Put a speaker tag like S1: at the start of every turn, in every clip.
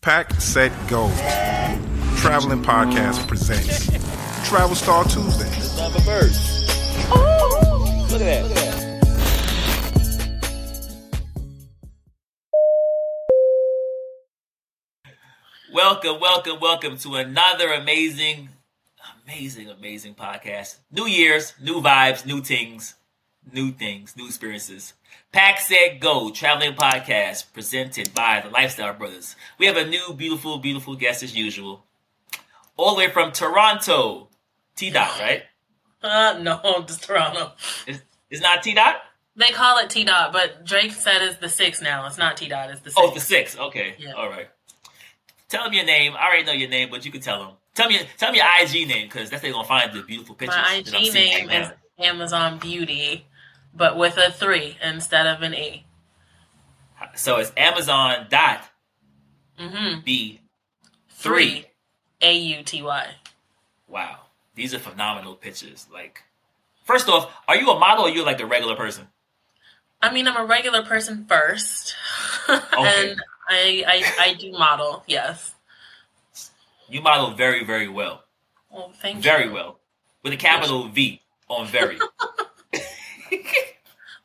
S1: Pack, set, go. Traveling Podcast presents Travel Star Tuesday.
S2: Love a bird. Look at that. Welcome, welcome, welcome to another amazing, amazing, amazing podcast. New years, new vibes, new things, new things, new experiences. Pack said go traveling podcast presented by the Lifestyle Brothers. We have a new beautiful, beautiful guest as usual, all the way from Toronto. T dot right?
S3: Uh, no, just Toronto.
S2: It's, it's not T dot.
S3: They call it T dot, but Drake said it's the six now. It's not T dot. It's the six.
S2: Oh, the six. Okay.
S3: Yeah.
S2: All right. Tell them your name. I already know your name, but you can tell them. Tell me, tell me your IG name because that's how they gonna find the beautiful pictures.
S3: My
S2: that I'm
S3: IG
S2: seeing
S3: name
S2: right
S3: is
S2: now.
S3: Amazon Beauty, but with a three instead of an E.
S2: so it's Amazon dot
S3: Mm-hmm.
S2: B three.
S3: Three. A U T Y.
S2: Wow, these are phenomenal pictures. Like, first off, are you a model or you're like a regular person?
S3: I mean, I'm a regular person first, and I, I I do model. Yes.
S2: You model very, very well,
S3: Well, thank
S2: very
S3: you.
S2: well, with a capital V on very.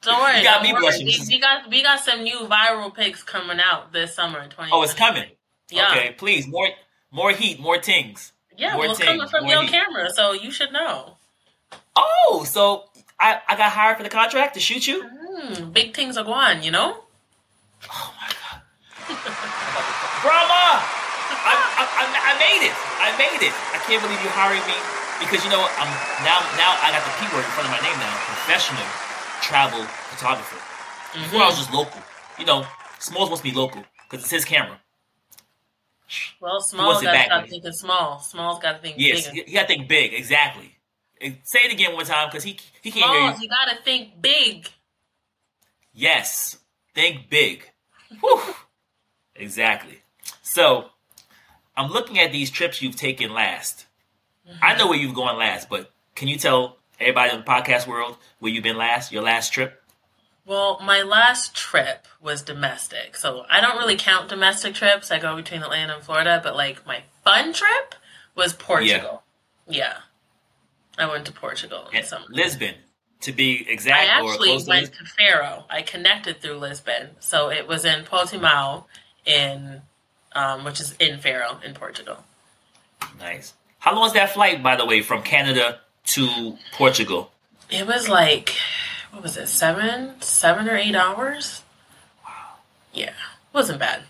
S3: Don't worry.
S2: You got
S3: don't
S2: me
S3: worry.
S2: blushing.
S3: We, we got we got some new viral pics coming out this summer. Twenty.
S2: oh, it's coming.
S3: Yeah.
S2: Okay, please more, more heat, more tings.
S3: Yeah,
S2: More
S3: well, it's
S2: ting,
S3: coming from
S2: more
S3: your
S2: heat.
S3: camera, so you should know.
S2: Oh, so I, I got hired for the contract to shoot you?
S3: Mm, big things are going, you know.
S2: Oh my god. Grandma! I, I, I, I made it! I made it! I can't believe you hired me because you know what? I'm now now I got the P word in front of my name now. Professional travel photographer. Before I was just local. You know, Smalls wants to be local because it's his camera.
S3: Well, small
S2: wasn't
S3: guys
S2: back
S3: got to
S2: then.
S3: think it's small. Small's got to think
S2: Yes,
S3: bigger.
S2: you you gotta think big, exactly. And say it again one time because he he can't hear you.
S3: Small, you got to think big.
S2: Yes. Think big. Whew. exactly. So I'm looking at these trips you've taken last. I know where you've gone last, but can you tell everybody in the podcast world where you've been last, your last trip?
S3: Well, my last trip was domestic, so I don't really count domestic trips. I go between Atlanta and Florida, but like my fun trip was Portugal. Yeah, I went to Portugal in
S2: At
S3: the summer.
S2: Lisbon, to be
S3: I
S2: exact, or
S3: actually
S2: close to
S3: went
S2: Lisbon.
S3: to Faro. I connected through Lisbon, so it was in Portimao, in um, which is in Faro in Portugal.
S2: Nice. How long is that flight, by the way, from Canada to Portugal?
S3: It was like, what was it, seven, seven or eight hours? Wow. Yeah, wasn't bad.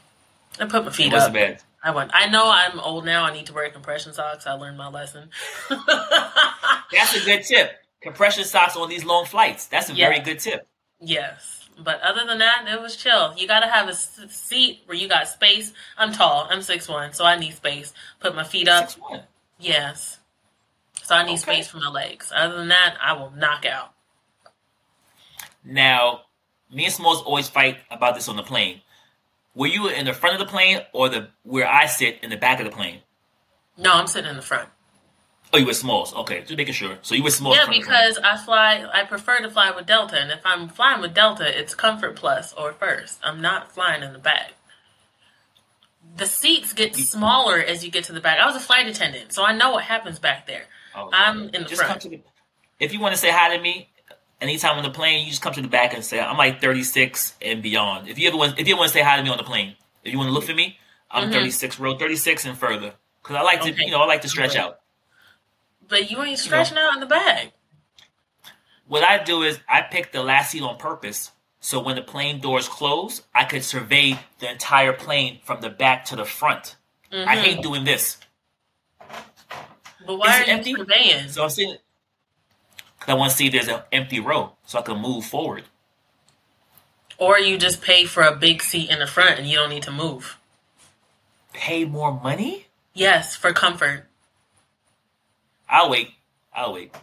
S3: I put my feet
S2: It wasn't
S3: up.
S2: bad.
S3: I went. I know I'm old now. I need to wear compression socks. I learned my lesson.
S2: That's a good tip. Compression socks on these long flights. That's a very
S3: Yeah.
S2: good tip.
S3: yes, but other than that, it was chill. You gotta have a s- seat where you got space. I'm tall. I'm six one, so I need space. Put my feet up.
S2: Six one.
S3: Yes. So I need
S2: Okay.
S3: space for my legs. Other than that, I will knock out.
S2: Now, me and Smalls always fight about this on the plane. Were you in the front of the plane or the where I sit in the back of the plane?
S3: No, I'm sitting in the front.
S2: Oh, you were Smalls. Okay, just making sure. So you were Smalls.
S3: yeah,
S2: in front of the
S3: because I fly. I prefer to fly with Delta, and if I'm flying with Delta, it's Comfort Plus or First. I'm not flying in the back. The seats get
S2: You-
S3: smaller as you get to the back. I was a flight attendant, so I know what happens back there.
S2: plane. Oh, Okay.
S3: I'm in the
S2: just
S3: front.
S2: Come to the, if you want to say hi to me, anytime on the plane, you just come to the back and say I'm like 36 and beyond. If you ever want, if you want to say hi to me on the plane, if you want to look for me, I'm
S3: Mhm.
S2: 36, row 36 and further, because I like to,
S3: Okay.
S2: you know, I like to stretch
S3: Okay.
S2: out.
S3: But you ain't stretching out in the back.
S2: What I do is I pick the last seat on purpose. So when the plane doors close, I could survey the entire plane from the back to the front. I hate doing this.
S3: But
S2: Is
S3: Mm-hmm. why
S2: it
S3: are you
S2: empty?
S3: surveying?
S2: So I'm sitting because I want to see if there's an empty row so I can move forward.
S3: or you just pay for a big seat in the front and you don't need to move.
S2: Pay more money?
S3: Yes, for comfort.
S2: I'll wait. I'll wait.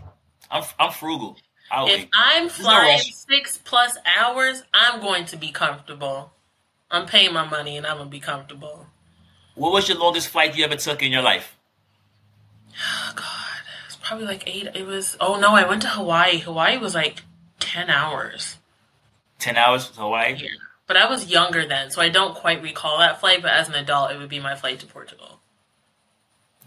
S2: I'm I'm frugal. I'll
S3: If
S2: wait.
S3: I'm
S2: no
S3: flying
S2: rush.
S3: six plus hours, I'm going to be comfortable. I'm paying my money and I'm gonna be comfortable.
S2: What was your longest flight you ever took in your life?
S3: Oh, God, it's probably like eight. It was. Oh no, I went to Hawaii. Hawaii was like ten hours.
S2: Ten hours to Hawaii.
S3: Yeah, But I was younger then, so I don't quite recall that flight. But as an adult, it would be my flight to Portugal.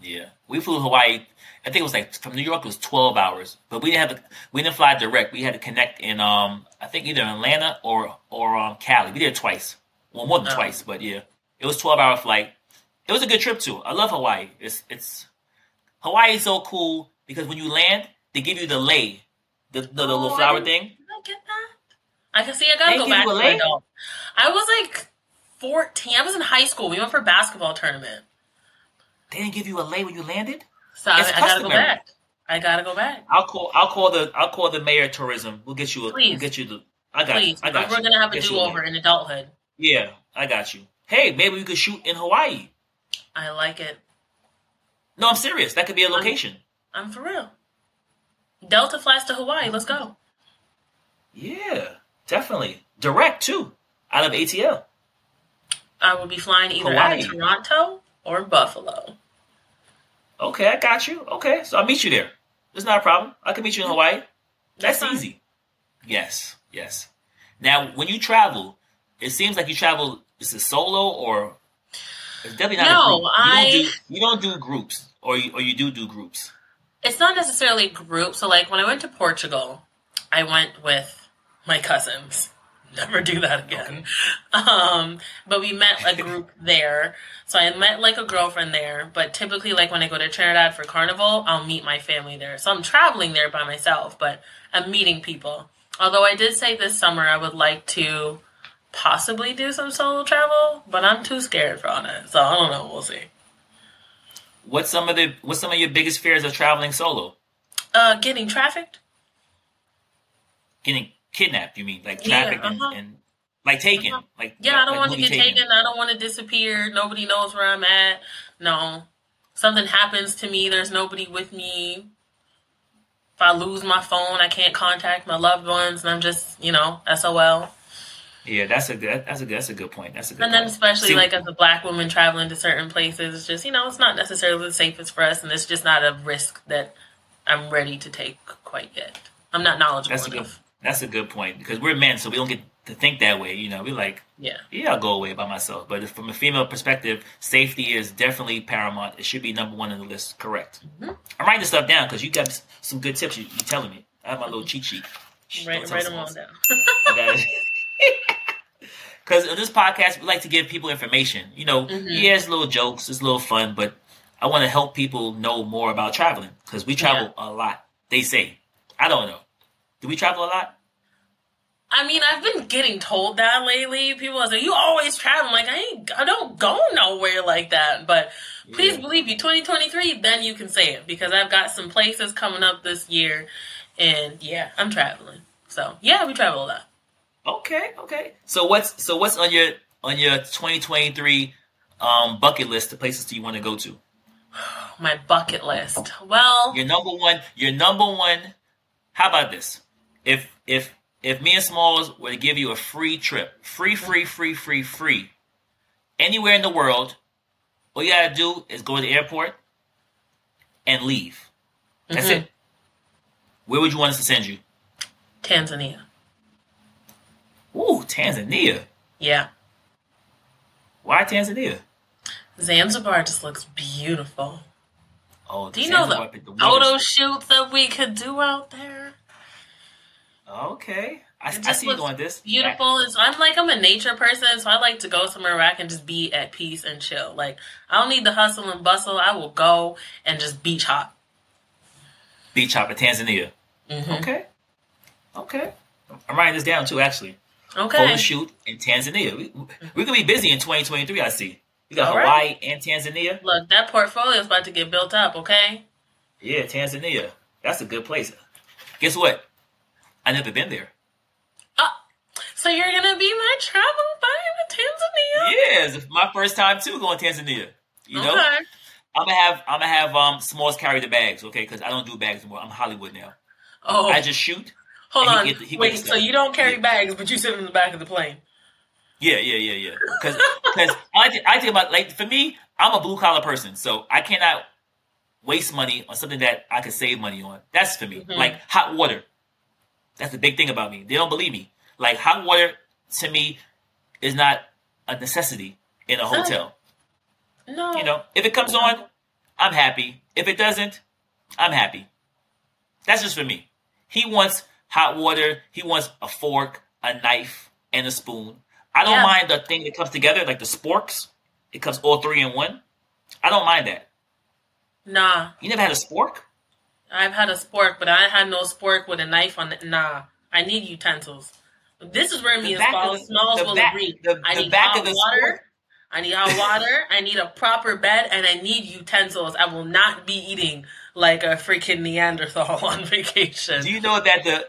S2: Yeah, we flew to Hawaii. I think it was like from New York. It was twelve hours, but we didn't have to. We didn't fly direct. We had to connect in um I think either Atlanta or or um Cali. We did it twice. Well, more than
S3: Oh.
S2: twice, but yeah, it was twelve hour flight. It was a good trip too. I love Hawaii. It's it's Hawaii is so cool because when you land, they give you the lay, the the, the
S3: Oh,
S2: little
S3: I
S2: flower
S3: didn't-
S2: thing.
S3: Did I get that? I can see. I gotta
S2: They
S3: go
S2: give
S3: back
S2: you a
S3: to
S2: lane?
S3: adult. I was like fourteen. I was in high school. We went for a basketball tournament,
S2: They didn't give you a lay when you landed.
S3: so I,
S2: It's
S3: I gotta go
S2: customary.
S3: back. I gotta go back.
S2: I'll call. I'll call the. I'll call the mayor of tourism. We'll get you. A,
S3: Please.
S2: We'll get you the. I got.
S3: Please,
S2: you. I got
S3: we're
S2: you.
S3: gonna have a
S2: Get you
S3: do over
S2: lay.
S3: in adulthood.
S2: Yeah, I got you. Hey, maybe we could shoot in Hawaii.
S3: I like it.
S2: No, I'm serious. That could be a location.
S3: I'm for real. Delta flies to Hawaii. Let's go.
S2: Yeah, definitely. Direct too, out of ATL.
S3: I will be flying either out of
S2: Hawaii.
S3: Toronto or Buffalo.
S2: Okay, I got you. Okay, so I'll meet you there. It's not a problem. I can meet you in Hawaii. That's
S3: fine.
S2: easy. Yes, yes. Now, when you travel, it seems like you travel. Is it solo or? It's definitely not.
S3: No,
S2: a group.
S3: I-
S2: You don't, do, you don't do groups, or you, or you do do groups.
S3: It's not necessarily group. So, like when I went to Portugal, I went with my cousins. Never do that again. Um, but we met a group there. So I met like a girlfriend there. But typically, like when I go to Trinidad for carnival, I'll meet my family there. So I'm traveling there by myself, but I'm meeting people. Although I did say this summer I would like to possibly do some solo travel, but I'm too scared for all that. So I don't know. We'll see.
S2: What's some of the what's some of your biggest fears of traveling solo?
S3: Uh, getting trafficked.
S2: Getting kidnapped? You mean like
S3: Yeah,
S2: traffic and,
S3: uh-huh.
S2: and like taken?
S3: Uh-huh.
S2: Like
S3: Yeah,
S2: like,
S3: I don't
S2: like
S3: want to
S2: movie
S3: get taken. I don't want to disappear. Nobody knows where I'm at. No. Something happens to me, there's nobody with me. If I lose my phone, I can't contact my loved ones, and I'm just, you know, SOL.
S2: Yeah, that's a good, that's a good, that's a good point. That's a good.
S3: And then,
S2: point.
S3: especially
S2: See,
S3: like as a black woman traveling to certain places, it's just, you know, it's not necessarily the safest for us, and it's just not a risk that I'm ready to take quite yet. I'm not knowledgeable
S2: that's a good
S3: enough.
S2: that's a good point because we're men, so we don't get to think that way. You know, we're like,
S3: Yeah.
S2: yeah, I'll go away by myself. But if, from a female perspective, safety is definitely paramount. It should be number one on the list. Correct.
S3: Mm-hmm.
S2: I'm writing this stuff down because you got s- some good tips. You, you telling me? I have my little cheat sheet. Shh, don't
S3: Mm-hmm. Write,
S2: tell
S3: write them
S2: someone
S3: all
S2: else.
S3: down.
S2: Because in this podcast, we like to give people information. You know, yeah, it's little jokes, it's a little fun, but I want to help people know more about traveling because we travel a lot. They say, I don't know. Do we travel a lot?
S3: I mean, I've been getting told that lately. People are like, "You always travel." I'm like, I ain't, I don't go nowhere like that. But please
S2: Yeah.
S3: believe me, 2023, then you can say it because I've got some places coming up this year, and yeah, I'm traveling. So yeah, we travel a lot.
S2: Okay, okay. So what's so what's on your on your 2023 um, bucket list? The places do you want to go to?
S3: My bucket list. Well,
S2: Your number one. Your number one. How about this? If if if me and Smalls were to give you a free trip, free, free, free, free, free, anywhere in the world, all you gotta do is go to the airport and leave. That's
S3: Mhm.
S2: it. Where would you want us to send you?
S3: Tanzania.
S2: Ooh, Tanzania.
S3: Yeah,
S2: Why Tanzania?
S3: Zanzibar just looks beautiful.
S2: Oh,
S3: Do you
S2: Zanzibar,
S3: know
S2: but
S3: the,
S2: weather's-
S3: photo shoot that we could do out there?
S2: Okay, I,
S3: It
S2: I
S3: just
S2: see you
S3: looks
S2: doing this.
S3: beautiful. It's, I'm like I'm a nature person, so I like to go somewhere where I can just be at peace and chill. Like I don't need the hustle and bustle. I will go and just beach hop.
S2: Beach hop in Tanzania.
S3: Mhm.
S2: Okay, okay. I'm writing this down too, actually.
S3: Okay.
S2: photo shoot in Tanzania. We, we're gonna be busy in 2023. I see. We got
S3: Mm-hmm. All
S2: Hawaii
S3: right.
S2: and Tanzania.
S3: Look, that portfolio is about to get built up. Okay.
S2: Yeah, Tanzania. That's a good place. Guess what? I never been there.
S3: Ah. So you're gonna be my travel buddy with Tanzania.
S2: Yeah, it's my first time too going to Tanzania. You know,
S3: Okay.
S2: I'm gonna have I'm gonna have um Smalls carry the bags, okay? Because I don't do bags anymore. I'm Hollywood now.
S3: Oh,
S2: I just shoot.
S3: hold
S2: and
S3: on.
S2: he get- he
S3: Wait.
S2: gets
S3: So
S2: that.
S3: you don't carry
S2: Yeah.
S3: bags, but you sit in the back of the plane.
S2: Yeah, yeah, yeah, yeah. Because I like to- I think about like for me, I'm a blue collar person, so I cannot waste money on something that I could save money on. That's for me.
S3: Mhm.
S2: Like hot water. That's the big thing about me. They don't believe me. Like hot water to me is not a necessity in a hotel.
S3: No.
S2: You know, if it comes on, I'm happy. If it doesn't, I'm happy. That's just for me. He wants hot water. He wants a fork, a knife, and a spoon. I don't
S3: Yeah.
S2: mind the thing that comes together, like the sporks. It comes all three in one. I don't mind that.
S3: Nah.
S2: You never had a spork?
S3: I've had a spork, but I had no spork with a knife on it. Nah. I need utensils. This is where
S2: The
S3: me and
S2: back of
S3: Smalls,
S2: the-
S3: Smalls
S2: the
S3: will
S2: back-
S3: agree.
S2: the-
S3: I
S2: the
S3: need
S2: back
S3: hot
S2: of the spork.
S3: water. I need hot water. I need a proper bed, and I need utensils. I will not be eating like a freaking Neanderthal on vacation.
S2: Do you know that the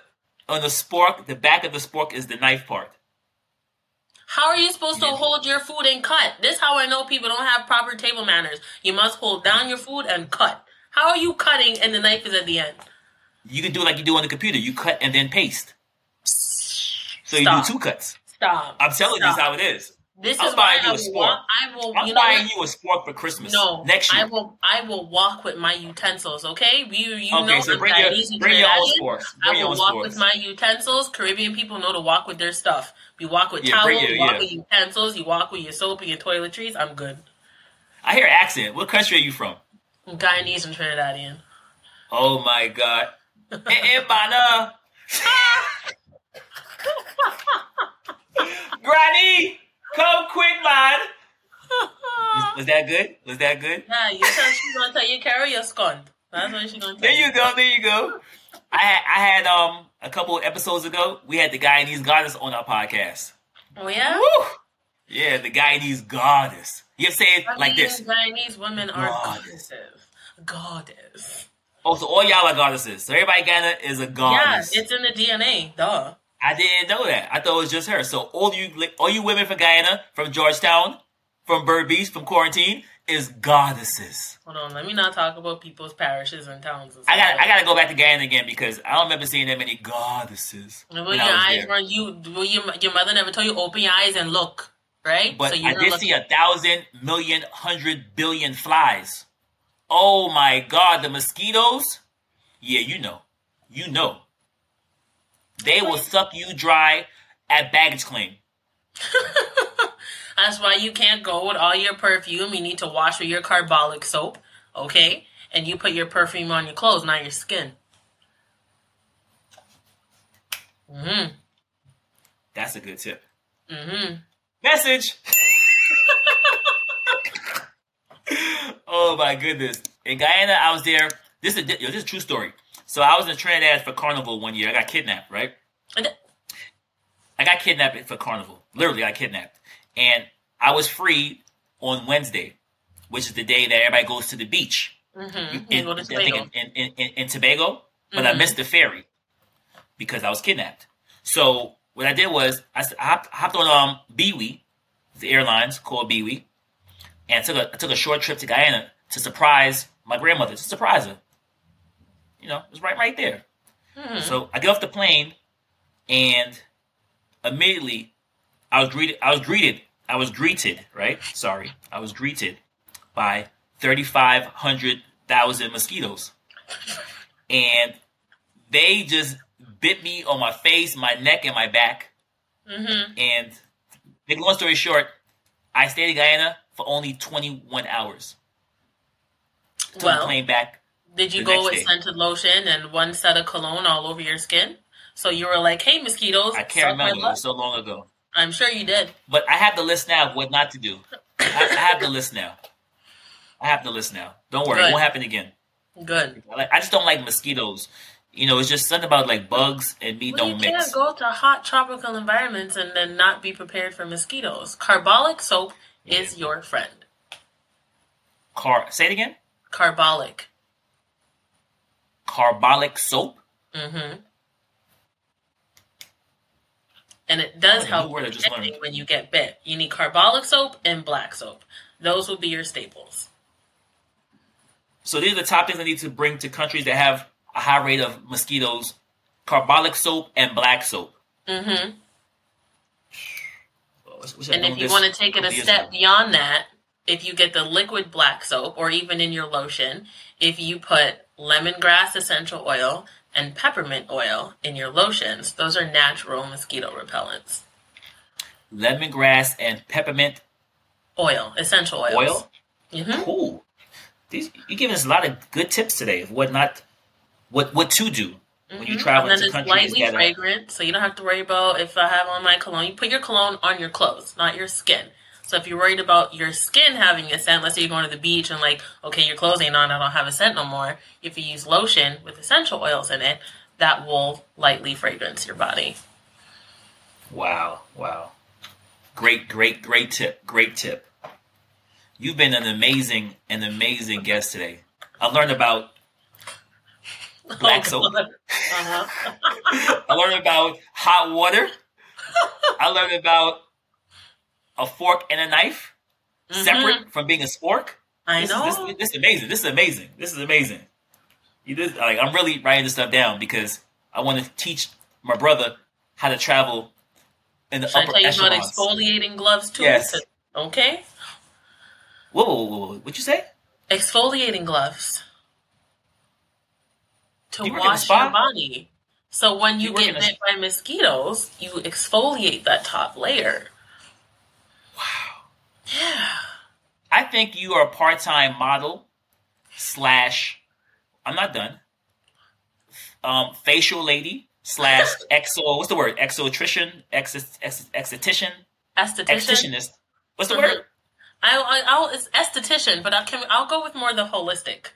S2: on the spork, the back of the spork is the knife part?
S3: How are you supposed to
S2: Yeah.
S3: hold your food and cut? This how I know people don't have proper table manners. You must hold down your food and cut. How are you cutting and the knife is at the end?
S2: You can do like you do on the computer. You cut and then paste. So you do
S3: Stop.
S2: two cuts.
S3: Stop.
S2: I'm telling you,
S3: Stop.
S2: this is how it is.
S3: This
S2: I'm
S3: is why
S2: buying you
S3: I
S2: a
S3: will
S2: spork.
S3: walk. I will.
S2: I'm
S3: you know
S2: buying
S3: what?
S2: you a spork for Christmas.
S3: No,
S2: next year.
S3: I will. I will walk with my utensils. Okay, you you
S2: Okay,
S3: know
S2: so
S3: I'm
S2: bring your-
S3: Chinese and
S2: bring your own
S3: Trinidadian.
S2: sports.
S3: I
S2: Bring your
S3: will
S2: own
S3: walk
S2: sports.
S3: with my utensils. Caribbean people know to walk with their stuff. You walk with
S2: Yeah,
S3: towels.
S2: bring
S3: You,
S2: your-
S3: walk
S2: yeah.
S3: with utensils. You walk with your soap and your toiletries. I'm good.
S2: I hear accent. What country are you from?
S3: I'm Guyanese and Trinidadian.
S2: Oh my god. Eh, eh, mana. Granny, come quick, man. Was that good? Was that good?
S3: Nah, you tell she's gonna tell you carry your scunt. That's what she's gonna tell
S2: There you go. There you go. I had, I had um a couple of episodes ago. We had the Guyanese goddess on our podcast.
S3: Oh yeah.
S2: Woo! Yeah, the Guyanese goddess. You know what I'm saying?
S3: I
S2: Like
S3: mean,
S2: this.
S3: Guyanese women are
S2: Goddess.
S3: goddesses. Goddess.
S2: Oh, so all y'all are goddesses. So everybody Guyana is a
S3: Yeah,
S2: goddess.
S3: it's in the DNA. Duh.
S2: I didn't know that. I thought it was just her. So all you all you women from Guyana, from Georgetown, from Bird Beach, from quarantine, is goddesses.
S3: Hold on, let me not talk about people's parishes and towns. And
S2: I got
S3: stuff.
S2: I got to go back to Guyana again because I don't remember seeing that many goddesses.
S3: Well,
S2: when
S3: your
S2: I was
S3: eyes
S2: there.
S3: weren't you. Well, your your mother never told you open your eyes and look, right?
S2: But
S3: you
S2: I
S3: don't
S2: did
S3: look-
S2: see a thousand, million, hundred billion flies. Oh my God, the mosquitoes? Yeah, you know. You know. They will suck you dry at baggage claim.
S3: That's why you can't go with all your perfume. You need to wash with your carbolic soap, okay? And you put your perfume on your clothes, not your skin. Mm-hmm.
S2: That's a good tip.
S3: Mm-hmm.
S2: Message! oh my goodness. In Guyana, I was there. This is, a, yo, this is a true story. So I was in Trinidad for carnival one year. I got kidnapped, right?
S3: And
S2: I got kidnapped for carnival. Literally, I got kidnapped, and I was free on Wednesday, which is the day that everybody goes to the beach
S3: Mm-hmm. You
S2: in,
S3: go to
S2: I think
S3: Toledo.
S2: in, in, in, in Tobago. But I
S3: Mhm.
S2: missed the ferry because I was kidnapped. So what I did was I, s- I hopped, I hopped on um Biwi, the airlines called Biwi, and I took a I took a short trip to Guyana to surprise my grandmother, to surprise her. You know, it was right right there.
S3: Mhm.
S2: So I get off the plane, and immediately I was greeted. I was greeted. I was greeted. Right? Sorry, I was greeted by thirty five hundred thousand mosquitoes, and they just bit me on my face, my neck, and my back.
S3: Mhm.
S2: And make a long story short, I stayed in Guyana for only twenty one hours. Took the
S3: Well,
S2: plane back.
S3: did you
S2: the
S3: go
S2: next
S3: with
S2: day.
S3: scented lotion and one set of cologne all over your skin? So you were like, "Hey, mosquitoes,
S2: I
S3: suck
S2: can't
S3: my
S2: remember. It
S3: blood."
S2: was so long ago.
S3: I'm sure you did.
S2: But I have the list now of what not to do. I, I have the list now. I have the list now. Don't worry, it
S3: Good.
S2: won't happen again.
S3: Good.
S2: Like I just don't like mosquitoes. You know, it's just something about like bugs and meat
S3: Well, you
S2: don't
S3: can't
S2: mix.
S3: go to hot tropical environments and then not be prepared for mosquitoes. Carbolic soap is your friend.
S2: Car say it again.
S3: Carbolic.
S2: Carbolic soap.
S3: Mm-hmm. And it
S2: That's
S3: does
S2: a new
S3: help
S2: word I
S3: with
S2: Oh, just learned.
S3: itching when you get bit. You need carbolic soap and black soap. Those will be your staples.
S2: So these are the top things I need to bring to countries that have a high rate of mosquitoes. Carbolic soap and black soap.
S3: Mm-hmm.
S2: Oh, I wish I'd
S3: And
S2: known
S3: if you
S2: this
S3: want to take it a
S2: years
S3: step
S2: ago.
S3: beyond that, if you get the liquid black soap or even in your lotion, if you put lemongrass essential oil and peppermint oil in your lotions, those are natural mosquito repellents.
S2: lemongrass, and peppermint
S3: oil, essential oils.
S2: oil.
S3: Mhm.
S2: Cool. These, you're giving us a lot of good tips today of what not, what what to do when you
S3: Mhm.
S2: travel
S3: and then
S2: into
S3: it's
S2: countries
S3: lightly
S2: that are
S3: fragrant, so you don't have to worry about if I have on my cologne. You put your cologne on your clothes, not your skin. So if you're worried about your skin having a scent, let's say you're going to the beach and like, okay, your clothes ain't on, I don't have a scent no more. If you use lotion with essential oils in it, that will lightly fragrance your body.
S2: Wow, wow. Great, great, great tip. Great tip. You've been an amazing, an amazing guest today. I learned about black soap.
S3: Oh, God. Uh-huh.
S2: I learned about hot water. I learned about a fork and a knife,
S3: Mm-hmm.
S2: separate from being a spork.
S3: I
S2: This,
S3: know.
S2: Is, this, this is amazing. This is amazing. This is amazing. You did, like, I'm really writing this stuff down because I want to teach my brother how to travel in the
S3: Should I
S2: upper
S3: tell you about
S2: echelons.
S3: exfoliating gloves too?
S2: Yes.
S3: To- Okay.
S2: Whoa, whoa, whoa, whoa, what'd you say?
S3: exfoliating gloves to
S2: You work in a
S3: wash
S2: spa?
S3: your body. So when you,
S2: You work
S3: get
S2: in a-
S3: bit by mosquitoes, you exfoliate that top layer.
S2: I think you are a part time model slash. I'm not done. Um, facial lady slash exo. What's the word? Exotrician, ex, ex, esthetician,
S3: Esthetician.
S2: estheticianist. What's the
S3: Mhm.
S2: word?
S3: I, I, I'll it's esthetician, but I can I'll go with more the holistic.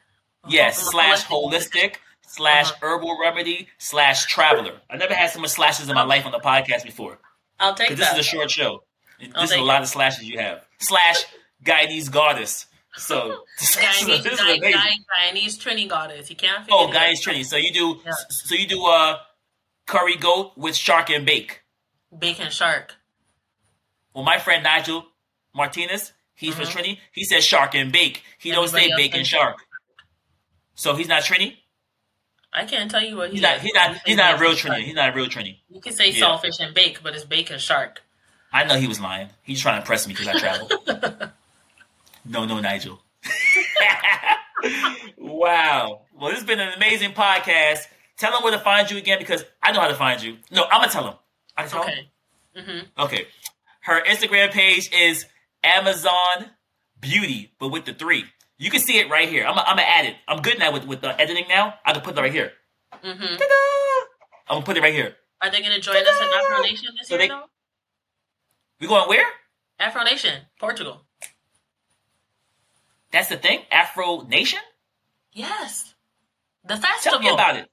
S2: Yes,
S3: I'm a
S2: slash
S3: holistic
S2: holistic slash
S3: Uh-huh.
S2: herbal remedy slash traveler. I never had so much slashes in my life on the podcast before.
S3: I'll take
S2: 'Cause This
S3: that.
S2: is a short show. This
S3: I'll
S2: is a
S3: take
S2: lot of slashes you have. Slash Guyanese goddess. So this
S3: Guyanese,
S2: is, this is
S3: Guy-
S2: amazing.
S3: Guy- Guyanese Trini goddess. You can't figure
S2: Oh,
S3: it
S2: Guyanese Trini. So you do
S3: Yeah.
S2: so you do uh curry goat with shark and bake.
S3: out. Bacon shark.
S2: Well, my friend Nigel Martinez, he's from Trini. He says shark and bake. He don't
S3: Uh-huh. Everybody
S2: say
S3: else
S2: bake and
S3: says-
S2: shark. So he's not Trini.
S3: I can't tell you what
S2: He's
S3: he
S2: not.
S3: is.
S2: He's not.
S3: You
S2: He's
S3: say
S2: not a real
S3: bacon
S2: Trini.
S3: shark.
S2: He's not a real Trini.
S3: You can say
S2: Yeah.
S3: saltfish and bake, but it's bacon shark.
S2: I know he was lying. He's trying to impress me because I travel. no, no, Nigel. wow. Well, this has been an amazing podcast. Tell them where to find you again because I know how to find you. No, I'm gonna tell them. I can tell 'em?
S3: Okay.
S2: Okay. Her Instagram page is Amazon Beauty, but with the three. You can see it right here. I'm going to add it. I'm good now with, with the editing now. I can put it right here.
S3: Mm-hmm.
S2: Ta-da! I'm going to put it right here.
S3: Are they going to join us at Afro Nation this
S2: So
S3: year,
S2: they-
S3: though?
S2: We going where?
S3: Afro Nation, Portugal.
S2: That's the thing? Afro Nation?
S3: Yes. The
S2: Tell
S3: festival.
S2: me about it.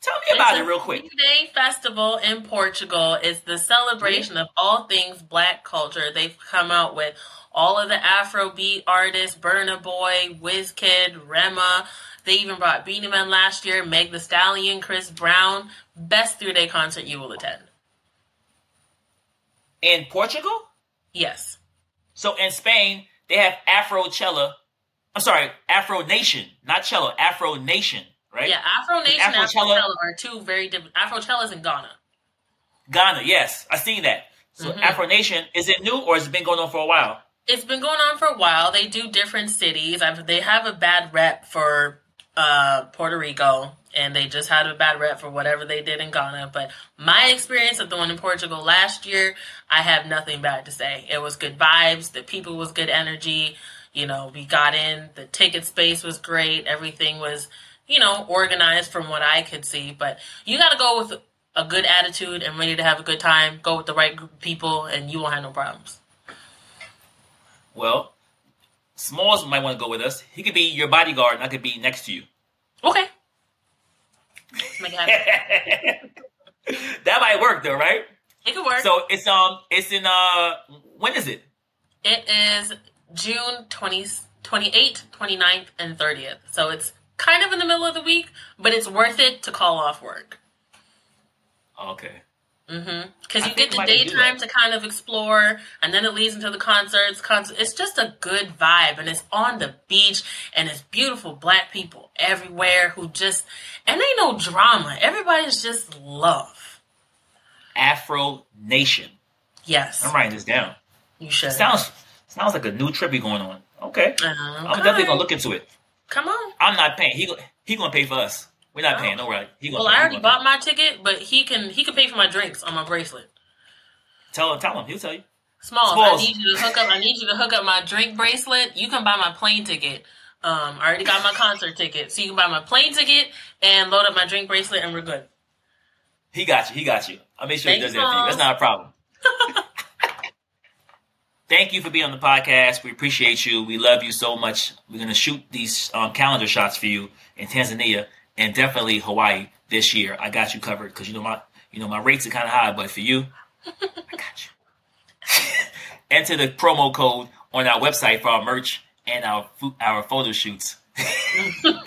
S2: Tell me
S3: It's
S2: about
S3: a
S2: it real quick.
S3: Three-day festival in Portugal is the celebration of all things Black culture. They've come out with all of the Afrobeat artists, Burna Boy, Wizkid, Rema. They even brought Beanie Man last year, Meg The Stallion, Chris Brown. Best three-day concert you will attend.
S2: In Portugal?
S3: Yes.
S2: So in Spain, they have Afro Cella. I'm sorry, Afro Nation. Not Cello, Afro Nation, right?
S3: Yeah, Afro Nation and
S2: Afrochella-
S3: Afrochella are two very different. Afrochella's in Ghana.
S2: Ghana, yes. I seen that. So Afro Nation, is it new or has it been going on for a while?
S3: it's been going on for a while. They do different cities. I've, they have a bad rep for uh, Puerto Rico, and they just had a bad rep for whatever they did in Ghana. But my experience of the one in Portugal last year, I have nothing bad to say. It was good vibes. The people was good energy. You know, we got in. The ticket space was great. Everything was, you know, organized from what I could see. But you got to go with a good attitude and ready to have a good time. Go with the right group of people, and you won't have no problems.
S2: Well, Smalls might want to go with us. He could be your bodyguard and I could be next to you.
S3: Okay. Let's Make it happen.
S2: That might work though, right?
S3: It could work.
S2: So it's um it's in uh when is it?
S3: it is June 20, 28th, 29th, and 30th. So it's kind of in the middle of the week, but it's worth it to call off work.
S2: Okay.
S3: Because
S2: I
S3: you
S2: think
S3: get the
S2: I might do
S3: daytime
S2: that.
S3: to kind of explore, and then it leads into the concerts. Concert. It's just a good vibe, and it's on the beach, and it's beautiful black people everywhere who just, and ain't no drama. Everybody's just love.
S2: Afro Nation.
S3: Yes,
S2: I'm writing this down.
S3: you should.
S2: Sounds sounds like a new trip you're going on. Okay. I'm definitely gonna look into it.
S3: Come on.
S2: I'm not paying. He go- he gonna pay for us. We're not paying. No right. He gonna
S3: Oh. Well,
S2: pay.
S3: I
S2: He
S3: already
S2: gonna
S3: bought my ticket, but he can he can pay for my drinks on my bracelet.
S2: pay. Tell him. Tell him. He'll tell you.
S3: Smalls, Smalls, I need you to hook up. I need you to hook up my drink bracelet. You can buy my plane ticket. Um, I already got my concert ticket, so you can buy my plane ticket and load up my drink bracelet, and we're good.
S2: He got you. He got you. I'll make sure he does
S3: Thanks,
S2: that for you.
S3: Smalls.
S2: That's not a problem. Thank you for being on the podcast. We appreciate you. We love you so much. We're gonna shoot these um, calendar shots for you in Tanzania and definitely Hawaii this year. I got you covered because you know my you know my rates are kind of high, but for you, I got you enter the promo code on our website for our merch and our fo- our photo shoots. That'd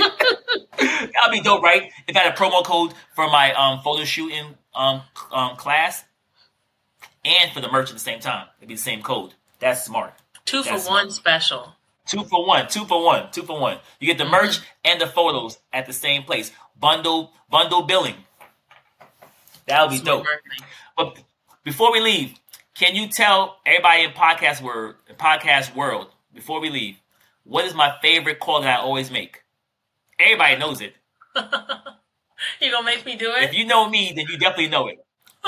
S2: be dope, right? If I had a promo code for my um, photo shooting um, c- um, class and for the merch at the same time, it'd be the same code. That's smart.
S3: Two for
S2: That's
S3: one special.
S2: Two for one, two for one, two for one. You get the merch and the photos at the same place. Bundle bundle billing. That'll be dope.
S3: Smart marketing.
S2: But before we leave, can you tell everybody in podcast world, podcast world, before we leave, what is my favorite call that I always make? Everybody knows it.
S3: You gonna make me do
S2: If
S3: it?
S2: you know me, then you definitely know it.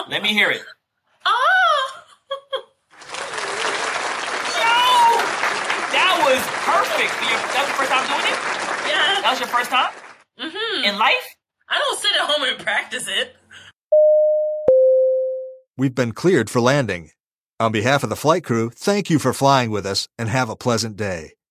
S2: Let me hear it.
S3: Oh,
S2: Yo, that was perfect. For your, that was your first time doing it. That
S3: yeah.
S2: was your first time
S3: hmm
S2: in life.
S3: I don't sit at home and practice it.
S4: We've been cleared for landing. On behalf of the flight crew, thank you for flying with us and have a pleasant day.